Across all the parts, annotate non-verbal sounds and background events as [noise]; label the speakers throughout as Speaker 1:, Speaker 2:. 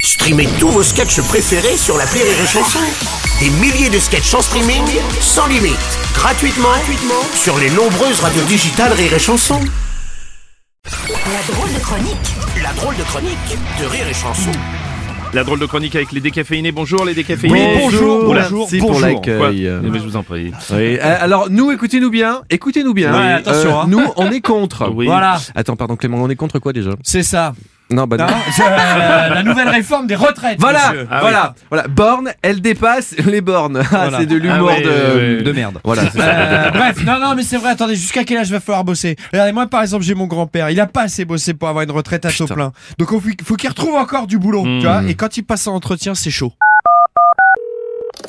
Speaker 1: Streamez tous vos sketchs préférés sur la Rire et Chanson. Des milliers de sketchs en streaming, sans limite, gratuitement, gratuitement sur les nombreuses radios digitales Rire et Chanson.
Speaker 2: La drôle de chronique
Speaker 1: La drôle de chronique de Rire et Chanson.
Speaker 3: La drôle de chronique avec les décaféinés. Bonjour les décaféinés.
Speaker 4: bonjour,
Speaker 3: Oula,
Speaker 4: bonjour,
Speaker 3: c'est
Speaker 4: bonjour.
Speaker 3: pour l'accueil.
Speaker 4: Quoi
Speaker 3: Mais ben, je vous en prie.
Speaker 4: Oui, euh, alors nous, écoutez-nous bien, écoutez-nous bien. Euh,
Speaker 5: Ouais, attention, hein.
Speaker 4: Nous, on est contre.
Speaker 3: Oui.
Speaker 5: Voilà,
Speaker 4: Attends, pardon Clément, on est contre quoi déjà
Speaker 5: c'est ça.
Speaker 4: Non, bah non.
Speaker 5: Hein, c'est, euh, la nouvelle réforme des retraites.
Speaker 4: Voilà,
Speaker 5: monsieur.
Speaker 3: Ah
Speaker 4: voilà, voilà. Borne, elle dépasse les bornes. [laughs] Ah,
Speaker 5: Voilà.
Speaker 4: C'est de l'humour
Speaker 3: Ah oui,
Speaker 4: de...
Speaker 3: oui, oui.
Speaker 4: de merde. Voilà. c'est ça.
Speaker 5: Euh, bref, non, non, mais c'est vrai, attendez, jusqu'à quel âge va falloir bosser Regardez, moi par exemple, j'ai mon grand-père, il a pas assez bossé pour avoir une retraite à taux plein. Donc il faut, faut qu'il retrouve encore du boulot,
Speaker 3: Mmh.
Speaker 5: tu vois, et quand il passe en entretien, c'est chaud.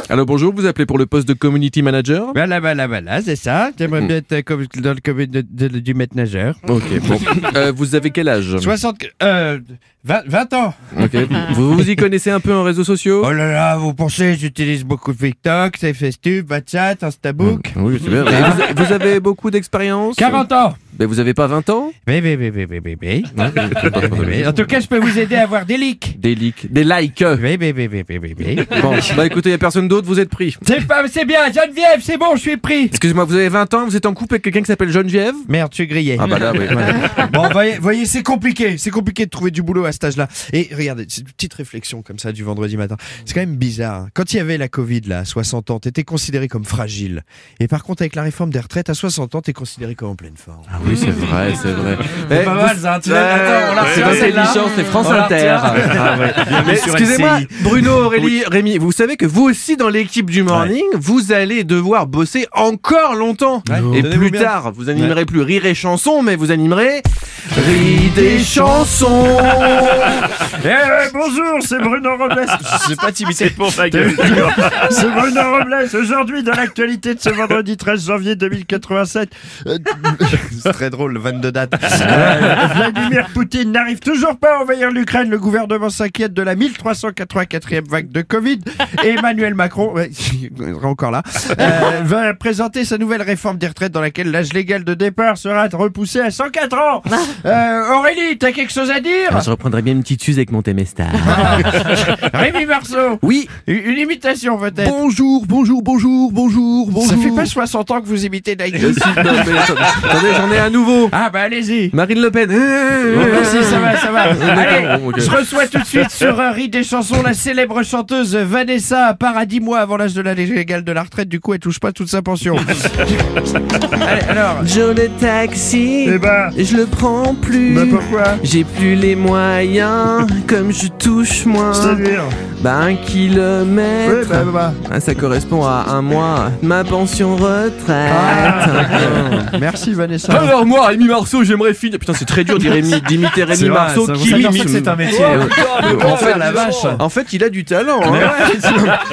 Speaker 4: Alors bonjour, vous appelez pour le poste de community manager
Speaker 5: Voilà, voilà, voilà, c'est ça. J'aimerais bien être euh, dans le comité du maître nageur.
Speaker 4: Ok, bon. Euh, vous avez quel âge
Speaker 5: 60, euh, 20, ans.
Speaker 4: Ok. Vous vous y connaissez un peu en réseaux sociaux
Speaker 5: Oh là là, vous pensez, j'utilise beaucoup TikTok, FaceTube, WhatsApp, Instabook.
Speaker 4: Oui, c'est bien. Et vous, vous avez beaucoup d'expérience
Speaker 5: 40 ans.
Speaker 4: Mais vous avez pas 20 ans
Speaker 5: Oui, oui, oui, oui, oui, oui,
Speaker 4: [laughs]
Speaker 5: oui.
Speaker 4: Des
Speaker 5: En tout cas, je peux vous aider à avoir des leaks.
Speaker 4: likes, des likes.
Speaker 5: Oui, oui, oui, oui, oui, oui, oui.
Speaker 4: Bon, bah écoutez, y a personne d'autre, vous êtes pris.
Speaker 5: C'est pas, c'est bien, Geneviève, c'est bon, je suis pris.
Speaker 4: Excusez-moi, vous avez 20 ans, vous êtes en couple avec quelqu'un qui s'appelle Geneviève
Speaker 5: Merde, je suis grillé.
Speaker 4: Ah bah là,
Speaker 5: [laughs]
Speaker 4: oui.
Speaker 5: Bon, voyez, voyez c'est compliqué, c'est compliqué de trouver du boulot à cet âge-là. Et regardez, c'est une petite réflexion comme ça du vendredi matin. C'est quand même bizarre. hein. Quand il y avait la Covid, là, à 60 ans, t'étais considéré comme fragile. Et par contre, avec la réforme des retraites, à 60 ans, t'es considéré comme en pleine forme.
Speaker 4: Ah oui, c'est vrai, c'est vrai.
Speaker 5: C'est pas mal, ça, hein. Tu l'as-
Speaker 4: eh,
Speaker 5: attends, on la retient,
Speaker 4: C'est
Speaker 5: celle-là.
Speaker 4: intelligent, c'est France
Speaker 5: On la
Speaker 4: Inter.
Speaker 5: retient.
Speaker 4: Ah ouais. Mais
Speaker 5: sur
Speaker 4: Excusez-moi,
Speaker 5: LCI.
Speaker 4: Bruno, Aurélie, Rémi, vous savez que vous aussi dans l'équipe du Morning, vous allez devoir bosser encore longtemps.
Speaker 5: Ouais.
Speaker 4: Et
Speaker 5: Donnez-vous
Speaker 4: plus
Speaker 5: bien.
Speaker 4: tard, vous animerez plus Rire et Chanson, mais vous animerez Rire et Chanson.
Speaker 5: Eh, bonjour, c'est Bruno Robles. C'est pas timide.
Speaker 3: [laughs] C'est pour
Speaker 4: [laughs]
Speaker 3: ma gueule.
Speaker 5: C'est Bruno Robles. Aujourd'hui, dans l'actualité de ce vendredi 13 janvier 2087, euh, c'est très drôle, le 22 date. Euh, Vladimir Poutine n'arrive toujours pas à envahir l'Ukraine. Le gouvernement s'inquiète de la 1384e vague de Covid. Et Emmanuel Macron, ouais, [laughs] il sera encore là, euh, va présenter sa nouvelle réforme des retraites dans laquelle l'âge légal de départ sera repoussé à 104 ans. Euh, Aurélie, t'as quelque chose à dire
Speaker 4: Je reprendrai bien une petite suze avec mon Temestar.
Speaker 5: Rémi Marceau,
Speaker 4: Oui.
Speaker 5: une une imitation peut-être.
Speaker 4: Bonjour, bonjour, bonjour, bonjour, bonjour.
Speaker 5: Ça fait pas 60 ans que vous imitez
Speaker 4: [laughs]
Speaker 5: Nike.
Speaker 4: Non, mais attendez, attendez, j'en ai un nouveau.
Speaker 5: Ah bah allez-y.
Speaker 4: Marine Le Pen.
Speaker 5: Merci, Ah, ça va, ça va. Allez,
Speaker 4: Ah, bon, ok.
Speaker 5: je reçois tout de suite sur un riz des chansons la célèbre chanteuse Vanessa Paradis, mois avant l'âge de la légale de la retraite, du coup elle touche pas toute
Speaker 4: [laughs]
Speaker 5: sa pension. Allez, alors.
Speaker 4: Je le taxi,
Speaker 5: Eh ben,
Speaker 4: je le prends plus.
Speaker 5: bah pourquoi
Speaker 4: J'ai plus les moyens, comme je touche moins.
Speaker 5: C'est-à-dire
Speaker 4: Bah un
Speaker 5: Oui,
Speaker 4: kilomètre.
Speaker 5: bah, bah, bah.
Speaker 4: Ah, ça correspond à un mois. Ma pension
Speaker 5: Ah.
Speaker 4: Hein. retraite.
Speaker 5: bah. Merci Vanessa.
Speaker 4: Alors moi, Rémi Marceau, j'aimerais finir. Putain, c'est très dur d'imiter
Speaker 5: [laughs]
Speaker 4: d'imiter Rémi Marceau qui imite.
Speaker 5: métier. Oh,
Speaker 4: Euh, euh, en, fait,
Speaker 5: la vache.
Speaker 4: en fait, il a du talent. hein.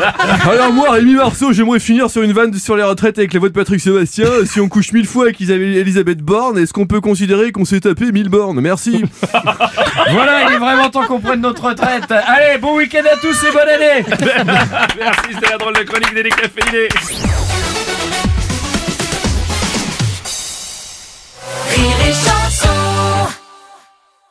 Speaker 4: [laughs] Alors moi, Rémi Marceau, j'aimerais finir sur une vanne sur les retraites avec la voix de Patrick Sébastien. Si on couche mille fois avec Isabelle- Elisabeth Borne, est-ce qu'on peut considérer qu'on s'est tapé mille bornes Merci.
Speaker 5: Voilà, il est vraiment temps qu'on prenne notre retraite. Allez, bon week-end à tous et bonne année
Speaker 3: Merci, c'était la drôle de chronique des décaféinés.